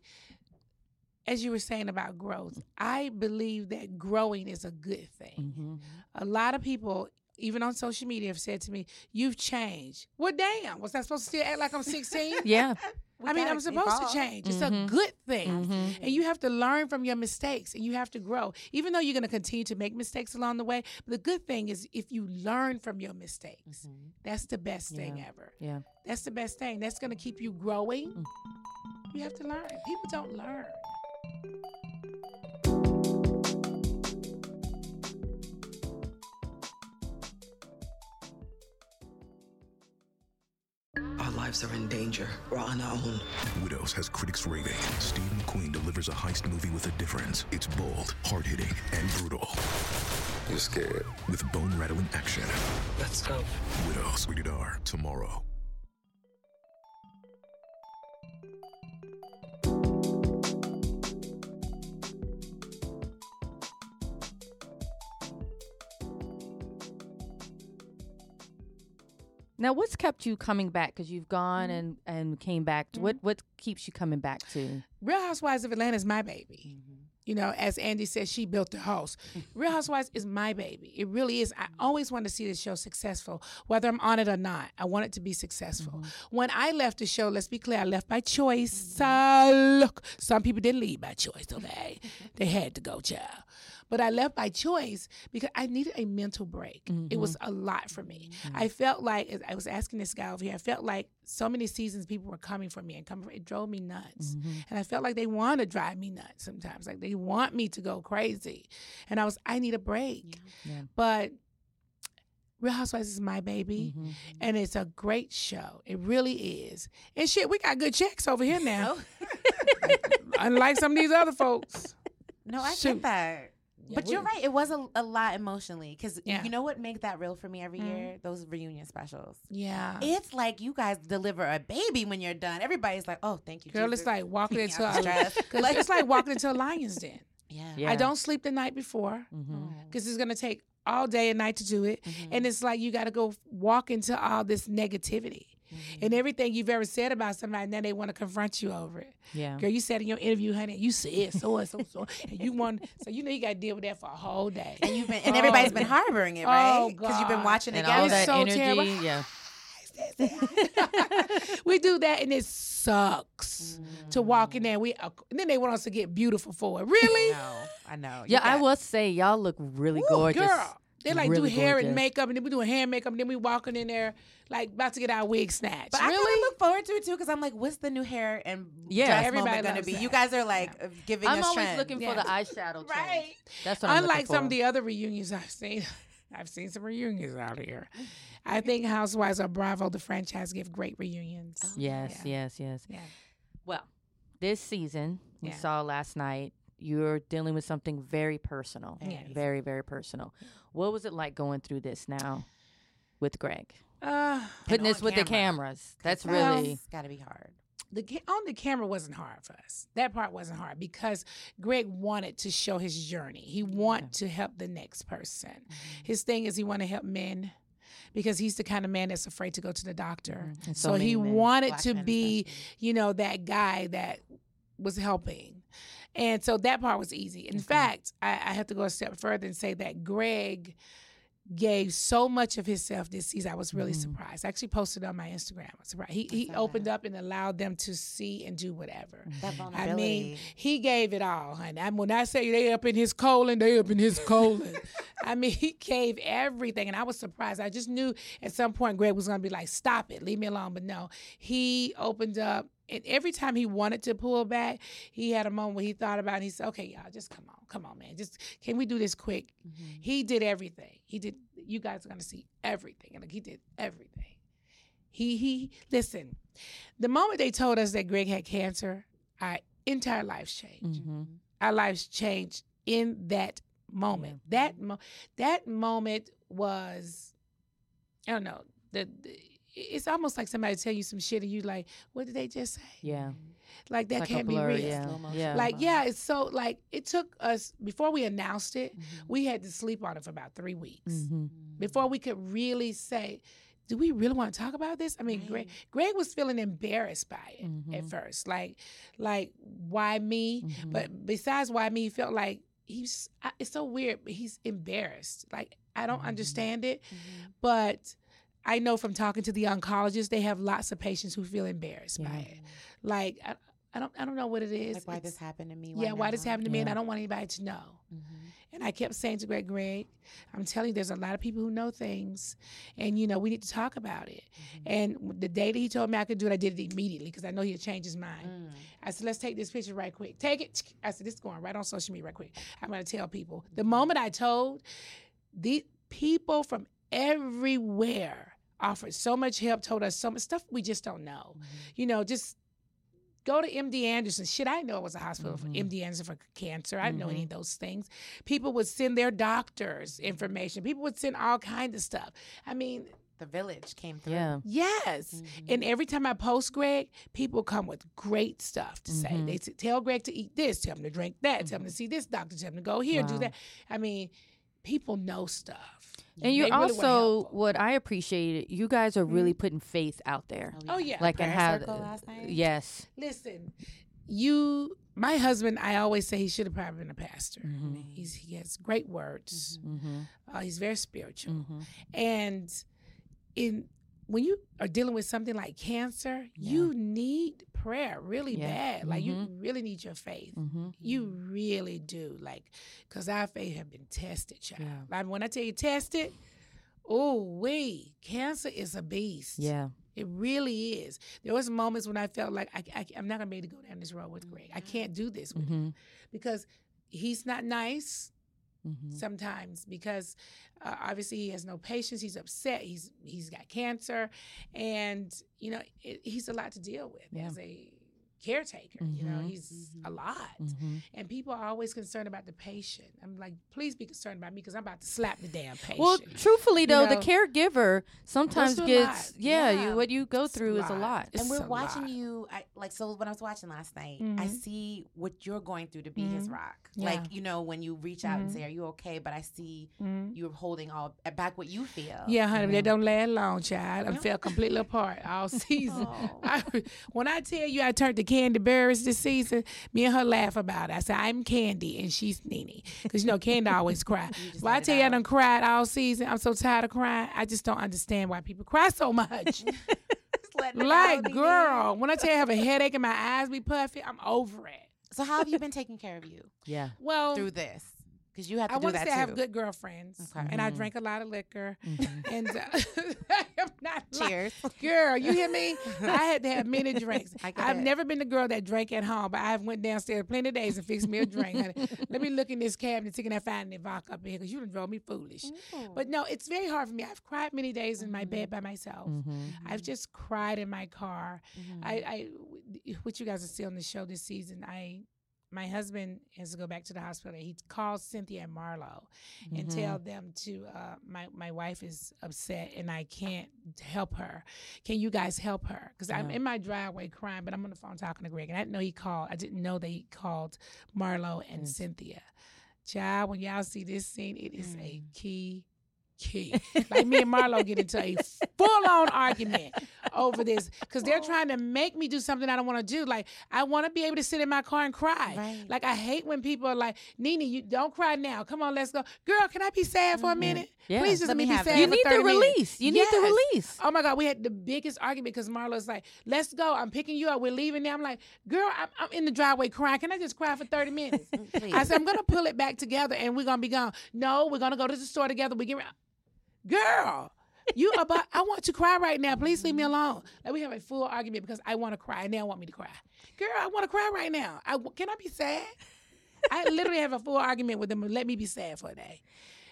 F: as you were saying about growth, I believe that growing is a good thing.
D: Mm-hmm.
F: A lot of people even on social media have said to me, "You've changed." Well, damn, was I supposed to still act like I'm 16?
D: Yeah.
A: We
F: I mean,
A: gotta
F: I'm supposed
A: evolve.
F: to change. It's
D: Mhm.
F: a good thing.
D: hmm
F: And you have to learn from your mistakes and you have to grow. Even though you're going to continue to make mistakes along the way, but the good thing is if you learn from your mistakes,
A: Mhm.
F: that's the best thing ever.
D: Yeah.
F: That's the best thing. That's going to keep you growing. You have to learn. People don't learn.
B: Our lives are in danger. We're on our own.
C: Widows has critics raving. Steve McQueen delivers a heist movie with a difference. It's bold, hard hitting, and brutal.
G: You're scared.
C: With bone rattling action.
B: Let's go.
C: Widows, rated R, tomorrow.
D: Now, what's kept you coming back? Because you've gone
F: Mm.
D: and and came back. To, What what keeps you coming back to?
F: Real Housewives of Atlanta is my baby. You know, as Andy said, she built the house. Real Housewives is my baby. It really is. I always want to see the show successful, whether I'm on it or not. I want it to be successful. When I left the show, let's be clear, I left by choice. Uh, look, some people didn't leave by choice, okay? they had to go, child. but I left by choice because I needed a mental break. It was a lot for me. I felt like as I was asking this guy over here. I felt like so many seasons people were coming for me and coming. For, it drove me nuts, and I felt like they want to drive me nuts sometimes. Like they want me to go crazy, and I was I need a break.
D: Yeah.
F: But Real Housewives is my baby, and it's a great show. It really is. And shit, we got good checks over here now. Unlike some of these other folks.
A: No, I
F: Shoot.
A: get that. But you're right. It was a, a lot emotionally because
F: Yeah. Mm-hmm.
A: you know what made that real for me every year? Those reunion specials.
F: Yeah.
A: It's like you guys deliver a baby when you're done. Everybody's like, "Oh, thank you,
F: Girl,
A: Jesus.
F: it's like walking into
A: I'm
F: a
A: stressed.
F: 'cause it's like walking into a lion's den.
A: yeah, Mm. Oh.
F: I don't sleep the night before
D: Mm-hmm.
F: because it's gonna take all day and night to do it,
A: Mm-hmm.
F: and it's like you got to go walk into all this negativity
A: Mm-hmm.
F: and everything you've ever said about somebody. Now they want to confront you over it.
E: Yeah.
F: Girl, you said in your interview, honey, you said so and so so, and you want so you know you got to deal with that for a whole day.
A: And you've been, and everybody's been harboring it, right?
F: Oh,
A: Because you've been
F: God.
A: watching it.
F: all
A: together.
F: that so terrible.
E: Yeah.
F: we do that and it sucks to walk in
D: Mm.
F: there. We uh, and then they want us to get beautiful for it. Really?
A: No, I know. You
D: Yeah, I
A: got-
D: will say y'all look really
F: Ooh,
D: gorgeous.
F: Girl. They like
D: Really
F: do hair
D: gorgeous.
F: and makeup, and then we doing hair and makeup, and then we walking in there like about to get our wig snatched.
A: But I kind
F: really?
A: of look forward to it too because I'm like, what's the new hair and
D: Yeah.
A: dress
F: Everybody
A: moment going to
F: loves
A: be?
F: that.
A: You guys are like uh, giving
D: I'm
A: us
D: always
A: trends.
D: looking for
F: Yeah.
D: the eyeshadow. Change.
A: Right.
D: That's what I'm
F: Unlike
D: looking
F: some
D: for.
F: of the other reunions I've seen, I've seen some reunions out here. I think Housewives or Bravo, the franchise, give great reunions.
D: Yes,
F: Yeah.
D: yes, yes.
F: Yeah.
D: Well, this season we
F: Yeah.
D: saw last night, you're dealing with something very personal.
F: Yes.
D: Very, very personal. What was it like going through this now with Greg?
F: Uh,
D: Putting
A: on
D: this with the
A: camera.
D: cameras. That's
F: Well,
D: really
A: got to be hard.
F: the ca- on the camera wasn't hard for us. That part wasn't hard because Greg wanted to show his journey. He want to help the next person.
D: Mm-hmm.
F: His thing is he want to help men because he's the kind of man that's afraid to go to the doctor.
D: And Mm-hmm. so
F: So, he
D: many men,
F: wanted
A: black
F: to
A: men
F: be, you know, that guy that was helping. And so that part was easy. In fact, I, I have to go a step further and say that Greg gave so much of himself this season. I was really surprised. I actually posted on my Instagram. I was surprised. He, he opened up and allowed them to see and do
D: Mm-hmm.
F: whatever.
A: That
F: I
A: vulnerability.
F: mean, he gave it all, honey. I mean, when I say they up in his colon, they up in his colon. I mean, he gave everything, and I was surprised. I just knew at some point Greg was gonna be like, "Stop it, leave me alone." But no, he opened up, and every time he wanted to pull back, he had a moment where he thought about. it, and He said, "Okay, y'all, just come on, come on, man, just can we do this quick?" He did everything. He did. You guys are gonna see everything, and like he did everything. He he. Listen, the moment they told us that Greg had cancer, our entire lives
D: Mm-hmm.
F: changed. Our lives changed in that moment.
D: Mm-hmm.
F: That mo- that moment was, I don't know. The, the it's almost like somebody tell you some shit and you like, what did they just say?
D: Yeah.
F: Like that
D: like a
F: can't
D: blur,
F: be real.
D: Yeah. Uh-huh.
A: Slow motion.
D: Yeah.
F: Like yeah, it's so like it took us before we announced it.
D: Mm-hmm.
F: We had to sleep on it for about three weeks
D: Mhm.
F: before we could really say, do we really want to talk about this? I mean, Greg, Greg was feeling embarrassed by it
D: Mm-hmm.
F: at first, like, like why me?
A: Mm-hmm.
F: But besides why me, he felt like he's. I, it's so weird. But he's embarrassed. Like I
A: Mm-hmm.
F: don't understand it, but I know from talking to the oncologist, they have lots of patients who feel embarrassed by it. Like I, I don't, I don't know what it is.
A: like why
F: It's-
A: this happened to me?
F: yeah, why this
A: now?
F: happened to me, and
D: Yeah.
F: I don't want anybody to know. And I kept saying to Greg, Greg, I'm telling you, there's a lot of people who know things, and you know, we need to talk about it.
A: Mm-hmm.
F: And the day that he told me I could do it, I did it immediately because I know he'll change his mind.
A: Mm.
F: I said, let's take this picture right quick. Take it. I said, this is going right on social media right quick. I'm going to tell people. The moment I told, the people from everywhere offered so much help, told us so much stuff we just don't know. You know, just go to MD Anderson. Shit, I didn't know it was a hospital for MD Anderson for cancer. I didn't know any of those things. People would send their doctors information. People would send all kinds of stuff. I mean,
A: The village came through.
D: Yeah.
F: Yes. And
D: Mm-hmm.
F: every time I post Greg, people come with great stuff to say.
D: Mm-hmm.
F: They t- tell Greg to eat this, tell him to drink that, tell him to see this doctor, tell him to go here, do that. I mean, people know stuff.
D: And you're
F: They really were
D: also
F: helpful.
D: what I appreciated, you guys are really putting faith out there.
F: Oh, yeah.
D: Like and
A: Prayer
D: how
A: circle last night?
D: Yes.
F: Listen, you, my husband, I always say he should have probably been a pastor.
D: Mm-hmm.
F: He's, he has great
D: Mm. Mm-hmm.
F: words. Uh, he's very spiritual, and in when you are dealing with something like cancer,
D: Yeah.
F: you need prayer really
D: Yeah.
F: bad. Like
D: Mhm.
F: you really need your faith.
D: Mm-hmm.
F: You really do. Like, cause our faith have been tested, child.
D: Yeah.
F: Like when I tell you tested, oh we cancer is a beast.
D: Yeah.
F: It really is. There was moments when I felt like I, I, am not gonna be able to go down this road with Greg. I can't do this with him
D: Mm-hmm.
F: because he's not nice
D: Mm-hmm.
F: sometimes because uh, obviously he has no patience. He's upset. He's he's got cancer, and you know it, he's a lot to deal with
D: Yeah.
F: as a caretaker. You know
D: Mhm.
F: he's a lot,
D: Mm-hmm.
F: and people are always concerned about the patient. I'm like, please be concerned about me because I'm about to slap the damn patient.
D: Well, truthfully
F: You
D: though, the
F: know,
D: caregiver sometimes
F: goes through a
D: gets
F: lot.
D: yeah,
F: Yeah.
D: You what you go
F: It's a
D: through is a
F: lot.
D: lot.
F: It's
A: and we're
F: a
A: watching
F: lot.
A: you I, like so when i was watching last night i
F: Mhm.
A: see what you're going through to be his
F: Mhm.
A: rock
F: Yeah.
A: like you know when you reach out and
F: Mhm.
A: say are you okay but i see
D: Mm-hmm.
F: Mhm.
A: you're holding all back what you feel
F: Yeah, honey,
D: Yeah.
F: they don't last long, child. I
A: No.
F: fell completely apart all season.
A: Oh.
F: I, when I tell you I turned to Candy Barris this season, me and her laugh about it. I said, I'm Candy and she's Nene. Because, you know, Candy always cry.
A: just let
F: Well, I
A: it
F: tell you, I
A: out.
F: done cried all season. I'm so tired of crying. I just don't understand why people cry so much.
A: Just letting it out,
F: like,
A: Nene.
F: girl, when I tell you I have a headache and my eyes be puffy, I'm over it.
A: so how have you been taking care of you
D: Yeah.
F: Well,
A: through this because you have to
F: I
A: do
F: want to
A: that
F: say
A: too
F: I have good girlfriends,
A: Okay.
F: and I
D: Mhm.
F: drink a lot of liquor,
D: Mhm.
F: and uh, I am not lying.
A: cheers
F: Girl, you hear me? I had to have many drinks.
A: I get
F: I've
A: it.
F: never been the girl that drank at home, but I've went downstairs plenty of days and fixed me a drink. honey. Let me look in this cabinet, see can I find any vodka up in here because you done drove me foolish. But no, it's very hard for me. I've cried many days in my
A: Mm-hmm.
F: bed by myself.
D: Mm-hmm.
F: I've just cried in my car. I, I, what you guys are seeing on the show this season, I, my husband has to go back to the hospital. He calls Cynthia and Marlo and
D: Mm-hmm.
F: tell them to uh, my my wife is upset and I can't help her. Can you guys help her? Because I'm
D: Yeah.
F: in my driveway crying, but I'm on the phone talking to Greg, and I didn't know he called. I didn't know they called Marlo and
D: Yes.
F: Cynthia. Child, when y'all see this scene, it is a
D: Mm.
F: key. Key. Like me and Marlo get into a full on argument over this because they're
D: Oh.
F: trying to make me do something I don't want to do. Like, I want to be able to sit in my car and cry.
A: Right.
F: Like, I hate when people are like, Nene, you don't cry now. Come on, let's go. Girl, can I be sad for a minute?
D: Yeah.
F: Please just
A: Let
F: let
A: me
F: me be
A: have it.
F: sad.
D: You
F: for
D: need the
F: 30 minutes.
D: release. You need the
F: Yes.
D: release.
F: Oh my God, we had the biggest argument because Marlo's like, let's go. I'm picking you up. We're leaving now. I'm like, girl, I'm, I'm in the driveway crying. Can I just cry for 30 minutes?
A: Please.
F: I said, I'm going to pull it back together and we're going to be gone. No, we're going to go to the store together. We get around. Girl, you about, I want to cry right now. Please leave me alone. Like we have a full argument because I want to cry and they don't want me to cry. Girl, I want to cry right now. I, can I be sad? I literally have a full argument with them. Let me be sad for a day.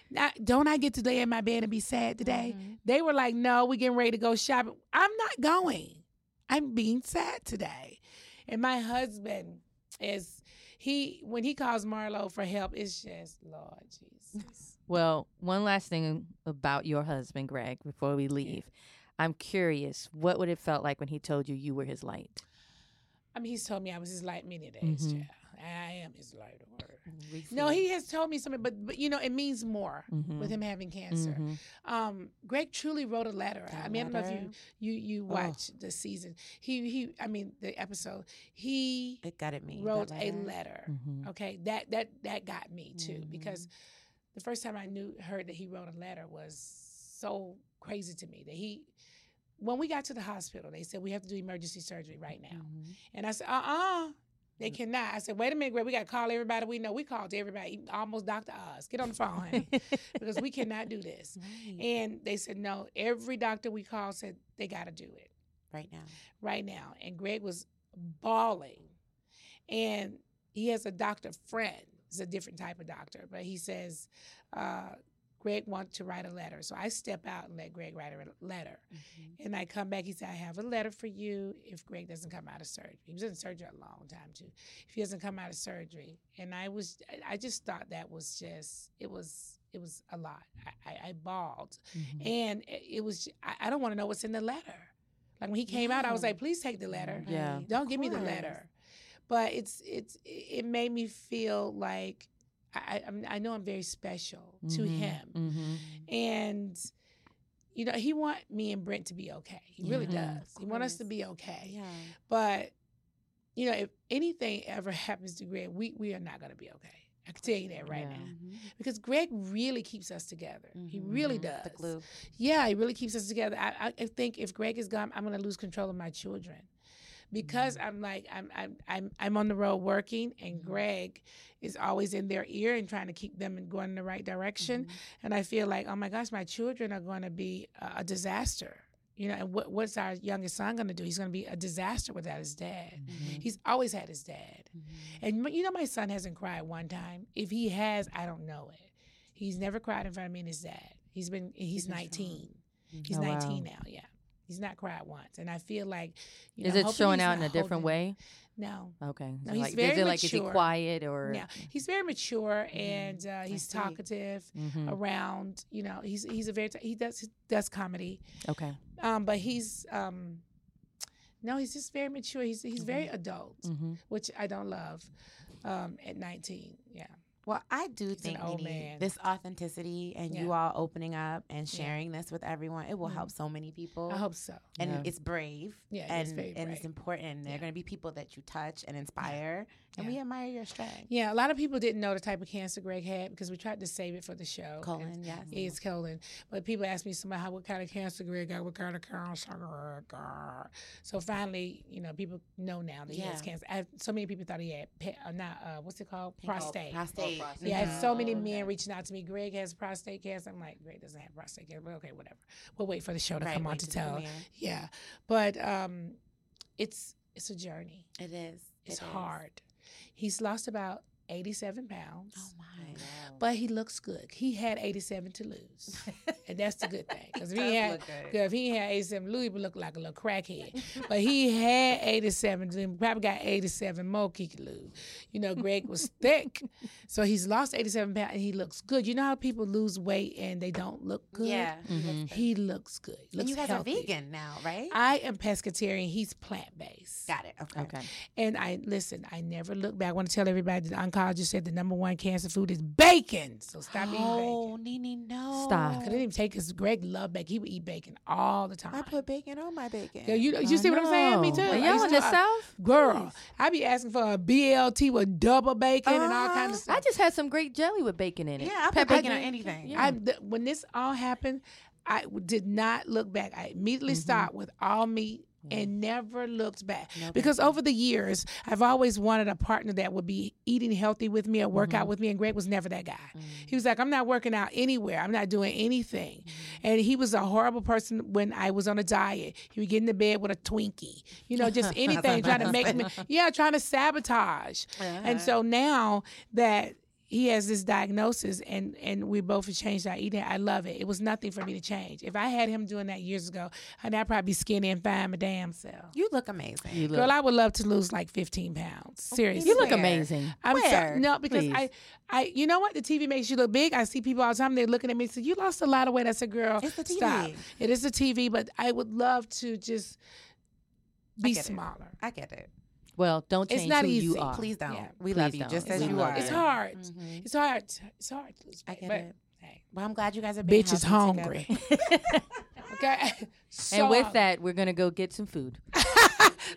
F: Now, don't I get to lay in my bed and be sad today? They were like, no, we're getting ready to go shopping. I'm not going. I'm being sad today. And my husband is he when he calls Marlo for help, it's just Lord Jesus.
D: Well, one last thing about your husband, Greg, before we leave. I'm curious, what would it felt like when he told you you were his light?
F: I mean, he's told me I was his light many days,
D: Mhm.
F: child. I am his light. of the world. No, he has told me something, but but you know, it means more
D: Mhm.
F: with him having cancer.
D: Mhm.
F: Um, Greg truly wrote a letter.
A: Got
F: I
A: a
F: mean, I don't know if
A: letter.
F: you you you
D: Oh.
F: watch the season. He he. I mean, the episode. He
A: it got at me that
F: wrote a letter.
D: Mhm.
F: Okay, that that that got me too because the first time I knew heard that he wrote a letter was so crazy to me that he. When we got to the hospital, they said we have to do emergency surgery right now,
A: Mm-hmm.
F: and I said, "Uh, uh they cannot." I said, "Wait a minute, Greg. We got to call everybody we know. We called everybody, e, almost Doctor Oz. Get on the phone, honey, because we cannot do this."
A: right.
F: And they said, "No." Every doctor we called said they got to do it
A: right now
F: right now. And Greg was bawling. And he has a doctor friend. It's a different type of doctor, but he says, uh, Greg wants to write a letter. So I step out and let Greg write a letter. And I come back, he said, I have a letter for you if Greg doesn't come out of surgery. He was in surgery a long time too. If he doesn't come out of surgery. And I was I- I just thought that was just it was it was a lot. I, I, I bawled.
D: Mhm.
F: And it it was I, I don't want to know what's in the letter. Like when he came out, I was
A: Yeah.
F: like, please take the letter.
D: Yeah.
A: Right,
F: Don't
A: of
F: give me the
A: course.
F: letter. But it's it's it made me feel like I I, I'm- I know I'm very special to
A: Mm-hmm,
D: Mhm.
F: him,
D: Mhm.
F: and you know he want me and Brent to be okay. He really
D: Yeah.
F: does. He want us to
A: course.
F: be okay.
A: yeah
F: But you know, if anything ever happens to Greg, we we are not gonna be okay. I can tell you that right
E: Yeah.
F: now
A: Mm-hmm.
F: because Greg really keeps us together. He really does.
A: Mm-hmm, The glue.
F: Yeah, it really keeps us together. I, I- I think if Greg is gone, I'm going to lose control of my children because I'm like I'm I'm I'm I'm on the road working, and Greg is always in their ear and trying to keep them and going in the right direction. And I feel like, oh my gosh, my children are going to be a, a disaster. You know, and what, what's our youngest son going to do? He's going to be a disaster without his dad.
A: Mm-hmm.
F: He's always had his dad. And m- you know, my son hasn't cried one time. If he has, I don't know it. He's never cried in front of me and his dad. He's been, he's 19. He's
E: Oh, wow.
F: 19 now, yeah. He's not cried once. And I feel like, you
D: Is
F: know,
D: it
F: hopefully
D: showing
F: he's
D: out in
F: not
D: a different way?
F: holding- No.
D: Okay. Is
F: No,
D: it
F: he's
D: like, is
F: very
D: it like is he
F: mature.
D: quiet or?
F: Yeah, he's very mature and uh, he's
A: see.
F: talkative
D: Mhm.
F: around. You know, he's he's a very t- he does he does comedy,
D: Okay.
F: um, but he's um, no, he's just very mature. He's he's very adult,
D: Mm-hmm.
F: which I don't love. Um, at nineteen, yeah,
A: Well, I do
F: He's an
A: think we
F: old
A: need
F: man.
A: this authenticity and you
F: Yeah.
A: all opening up and
F: Yeah.
A: sharing this with everyone. It will help so many people.
F: I hope so.
A: and
E: Yeah.
A: it's brave.
F: Yeah,
A: and
F: it's very
A: and it's
F: brave.
A: important. There are
F: Yeah.
A: going to be people that you touch and inspire, and
F: Yeah.
A: we admire your strength.
F: Yeah, a lot of people didn't know the type of cancer Greg had because we tried to save it for the show. and-
A: Colin, yes.
F: It's colon. But people ask me somebody how what kind of cancer Greg got, what kind of cancer Greg got. So finally, you know, people know now that he has
A: Yeah.
F: cancer. I have, so many people thought he had pe- uh, not uh, what's it called? Prostate.
A: Prostate. Mm-hmm.
F: Yeah, I had so
A: Oh,
F: many men reaching out to me. Greg has prostate cancer. I'm like, Greg doesn't have prostate cancer. Well, okay, whatever. We'll wait for the show to
A: Right,
F: come on
A: wait
F: to
A: till the
F: tell.
A: premiere.
F: Yeah, but um, it's it's a journey.
A: It is.
F: It's
A: It is.
F: hard. He's lost about 87 pounds.
A: Oh my.
F: But he looks good. He had 87 to lose. and that's the good thing. Because if,
A: Does
F: he had-
A: look good.
F: 'cause if he had 87, Louis would look like a little crackhead. but he had 87, then probably got 87 more he could lose. You know, Greg was thick. So he's lost 87 pounds and he looks good. You know how people lose weight and they don't look good? Mm-hmm.
A: Yeah.
D: Mhm.
F: He looks good. He
A: And
F: looks
A: you guys
F: healthy.
A: are vegan now, right?
F: I am pescatarian. He's plant based.
A: Got it. Okay.
D: Okay.
F: And I listen, I never look back. I want to tell everybody that the oncologist said the number one cancer food is bacon. So stop
A: Oh,
F: eating bacon.
A: Nene, no.
D: Stop.
F: Cause it didn't even take us. Greg loved bacon. He would eat bacon all the time.
A: I put bacon on my bacon.
F: Girl, you you
D: I
F: see what I'm saying? Me
D: know.
F: too.
D: Are
F: I
D: y'all
F: used
D: in
F: to-
D: the South?
F: Girl, I be asking for a BLT with double bacon and all kinds of stuff.
D: I just had some great jelly with bacon in it.
A: yeah, I put
D: Pepper
A: bacon on
D: jelly.
A: anything.
D: Yeah.
F: I th- when this all happened, I w- did not look back. I
D: Mm-hmm.
F: immediately stopped with all meat and never looked back because over the years I've always wanted a partner that would be eating healthy with me or work out with me. And Greg was never that guy. He was like, I'm not working out anywhere. I'm not doing anything. And he was a horrible person when I was on a diet. He would get into bed with a Twinkie, you know, just anything trying to make me, yeah, trying to sabotage. And so now that he has this diagnosis and and we both have changed our eating. I love it. It was nothing for me to change. If I had him doing that years ago, honey, I'd probably be skinny and fine my damn self.
A: You look amazing.
D: You look,
F: Girl, I would love to lose like 15 pounds. Seriously.
D: you look
A: Where?
D: amazing.
F: I'm
A: Where?
F: so, no, because
D: Please.
F: I, I, you know what? The TV makes you look big. I see people all the time. They're looking at me and say, "You lost a lot of weight." I said, "Girl,
A: It's the
F: stop.
A: TV.
F: It is the TV, but I would love to just be
A: get it.
F: smaller.
A: I get it.
D: Well, don't
F: It's
D: change
F: not
D: who you
F: easy.
D: are.
A: Please don't.
F: Yeah.
A: We
D: Please
A: love you
D: don't.
A: just
D: It's
A: as you
D: hard.
A: are.
F: It's hard.
A: Mhm.
F: It's hard. It's hard. To lose
A: I
F: weight,
A: get
F: but,
A: it.
F: Hey,
A: Well, I'm glad you guys are being
F: bitch is
A: healthy
F: hungry.
A: together.
F: okay. So uh,
D: and with
F: hungry.
D: that, we're gonna go get some food.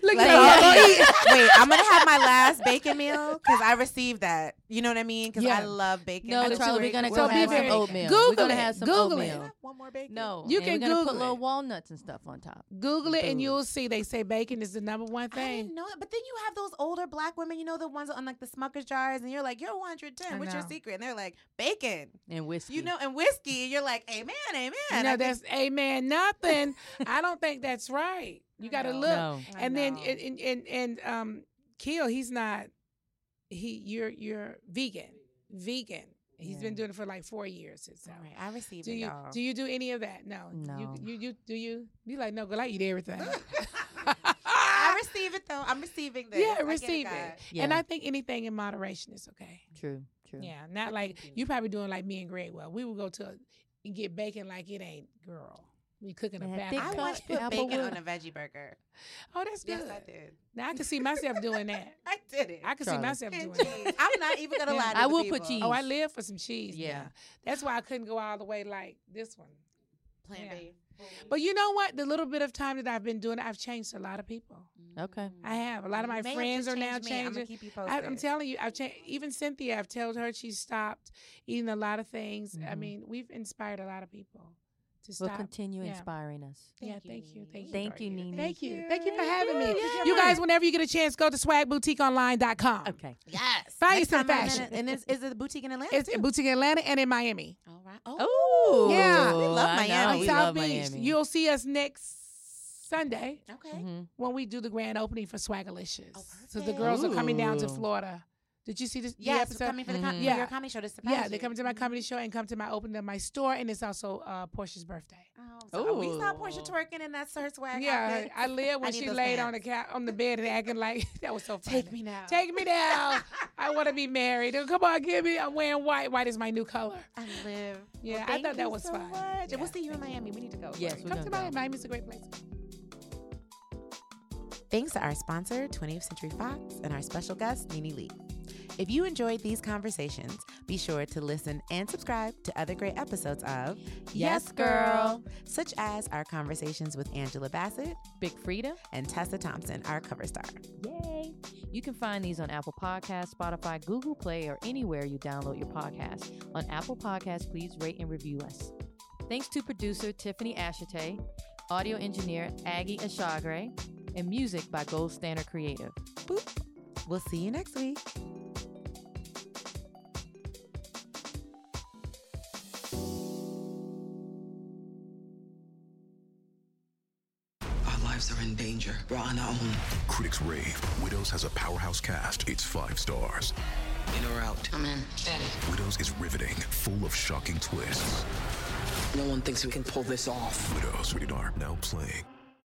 F: look
A: Like,
F: at her.
A: y'all gonna eat- Wait, I'm gonna have my last bacon meal because I received that. You know what I mean? Because I
F: Yeah.
A: love bacon.
D: No,
A: I just
D: Charlie,
A: worry-
D: we're gonna
A: we'll
D: go
F: be
A: have
D: have some
F: very-
A: bacon.
D: oatmeal.
F: Google
D: we're gonna
F: it.
D: have some
F: Google
D: oatmeal.
F: it.
A: One more bacon.
D: No,
F: You
D: and
F: can
D: we're gonna put
F: Google
D: little
F: it.
D: walnuts and stuff on top.
F: Google it and
D: Food.
F: you'll see. They say bacon is the number one
A: I
F: thing.
A: didn't know that. But then you have those older black women, you know, the ones on like the Smucker's jars, and you're like, you're 110.
F: I
A: What's your
F: know.
A: secret? And they're like, bacon,
D: and whiskey.
A: you know, and whiskey. And you're like, amen, amen.
F: You
A: I
F: know,
A: think-
F: that's amen. Nothing. I don't think that's right. You got to
A: No.
F: look.
D: No.
A: I
F: And then
A: know.
F: and and and, and um, Keel, he's not. He you're you're vegan, vegan. He's been doing it for like four years.
A: All
F: So.
A: right, I received
F: Do
A: it,
F: you
A: y'all.
F: do you do any of that? No.
D: No.
F: You you, you do you you like no? Girl, I eat everything.
A: I receive it though. I'm receiving this. I
F: uh, yeah,
A: get
F: receive it.
A: God.
F: And
D: Yeah.
F: I think anything in moderation is okay.
D: True. True.
F: Yeah, not like you probably doing like me and Greg. Well, we would go to a, and get bacon like it ain't, girl. We cooking a
D: Yeah,
F: back.
D: thick
A: I
D: Cut
A: once put
D: apple
A: bacon
D: wood.
A: on a veggie burger.
F: Oh, that's good.
A: Yes, I did.
F: Now I can see myself doing that.
A: I did it.
F: I can see
D: Charlie.
F: myself doing
A: And
F: that.
A: cheese. I'm not even gonna lie. To
D: I
A: the
D: will put
A: people.
D: cheese.
F: Oh, I live for some cheese.
A: Mm.
D: Yeah.
F: Oh, Yeah, that's why I couldn't go all the way like this one.
A: Plan
F: Yeah.
A: B.
F: But you know what? The little bit of time that I've been doing it, I've changed a lot of people.
D: Okay.
A: Mm.
F: I have. A lot of my friends are now
A: I'm
F: changing.
A: gonna keep you
F: I,
A: posted.
F: I'm telling you, I've changed. Even Cynthia, I've told her she stopped eating a lot of things. I
A: Mm-hmm.
D: Mhm.
F: mean, we've inspired a lot of people to
D: We'll
F: stop.
D: continue
F: Yeah.
D: inspiring us.
F: yeah, thank you, thank you,
D: Thank you,
F: Dorothy.
D: Nene.
F: Thank you, thank you for having me.
D: Yeah.
F: You guys, whenever you get a chance, go to swagboutique.online.com.
D: Okay.
A: yes.
F: Find
A: Next
F: you some
A: time I'm in
F: fashion.
A: a- And is, is it a boutique in Atlanta?
F: It's in boutique in Atlanta and in Miami.
A: All right. Oh,
D: Oh,
F: Yeah.
A: We love Miami.
F: on
A: we
F: South Beach. You'll see us next Sunday
A: okay.
D: hmm
F: when we do the grand opening for Swagalicious.
A: Oh,
F: so the girls are coming down to
D: Ooh.
F: Florida. Did you see this? the
A: Yes,
F: episode?
A: coming for the com-
D: Mhm.
A: for your
F: Yeah.
A: comedy show to surprise
F: Yeah, they
A: you.
F: come to my comedy show and come to my opening of my store, and it's also uh, Portia's birthday.
A: Oh, so we saw Portia
D: Ooh.
A: twerking, and that's her swag.
F: yeah,
A: outfit.
F: I live when
A: need
F: she
A: those
F: laid on the
A: pants.
F: cat on the bed and acting like that was so funny.
A: Take me now.
F: Take me down. I want to be married. Oh, Come on, give me. I'm wearing white. White is my new color.
A: I live.
F: Yeah,
A: Well,
F: I
A: thank
F: thought that
A: you
F: was
A: so
F: fun.
A: Much.
F: Yeah,
A: We'll see you in
F: thank
A: Miami. We need to go.
D: Yes,
A: We're
D: we're
F: Come
D: gonna
F: to
D: go.
F: Miami. Miami's a great place.
A: Thanks to our sponsor, 20th Century Fox, and our special guest, Nene Lee. If you enjoyed these conversations, be sure to listen and subscribe to other great episodes of
D: Yes, Girl.
A: such as our conversations with Angela Bassett
D: Big Frida.
A: and Tessa Thompson, our cover star.
D: Yay. You can find these on Apple Podcasts, Spotify, Google Play, or anywhere you download your podcast. On Apple Podcasts, please rate and review us. Thanks to producer Tiffany Ashite, audio engineer Aggie Ashagre, and music by Gold Standard Creative.
A: Boop. We'll see you next week.
B: Our lives are in danger. We're on our own.
C: Critics rave. Widows has a powerhouse cast. It's five stars.
B: In or out.
H: I'm in.
C: Widows is riveting, full of shocking twists.
B: No one thinks we can pull this off.
C: Widows, rated R, now playing.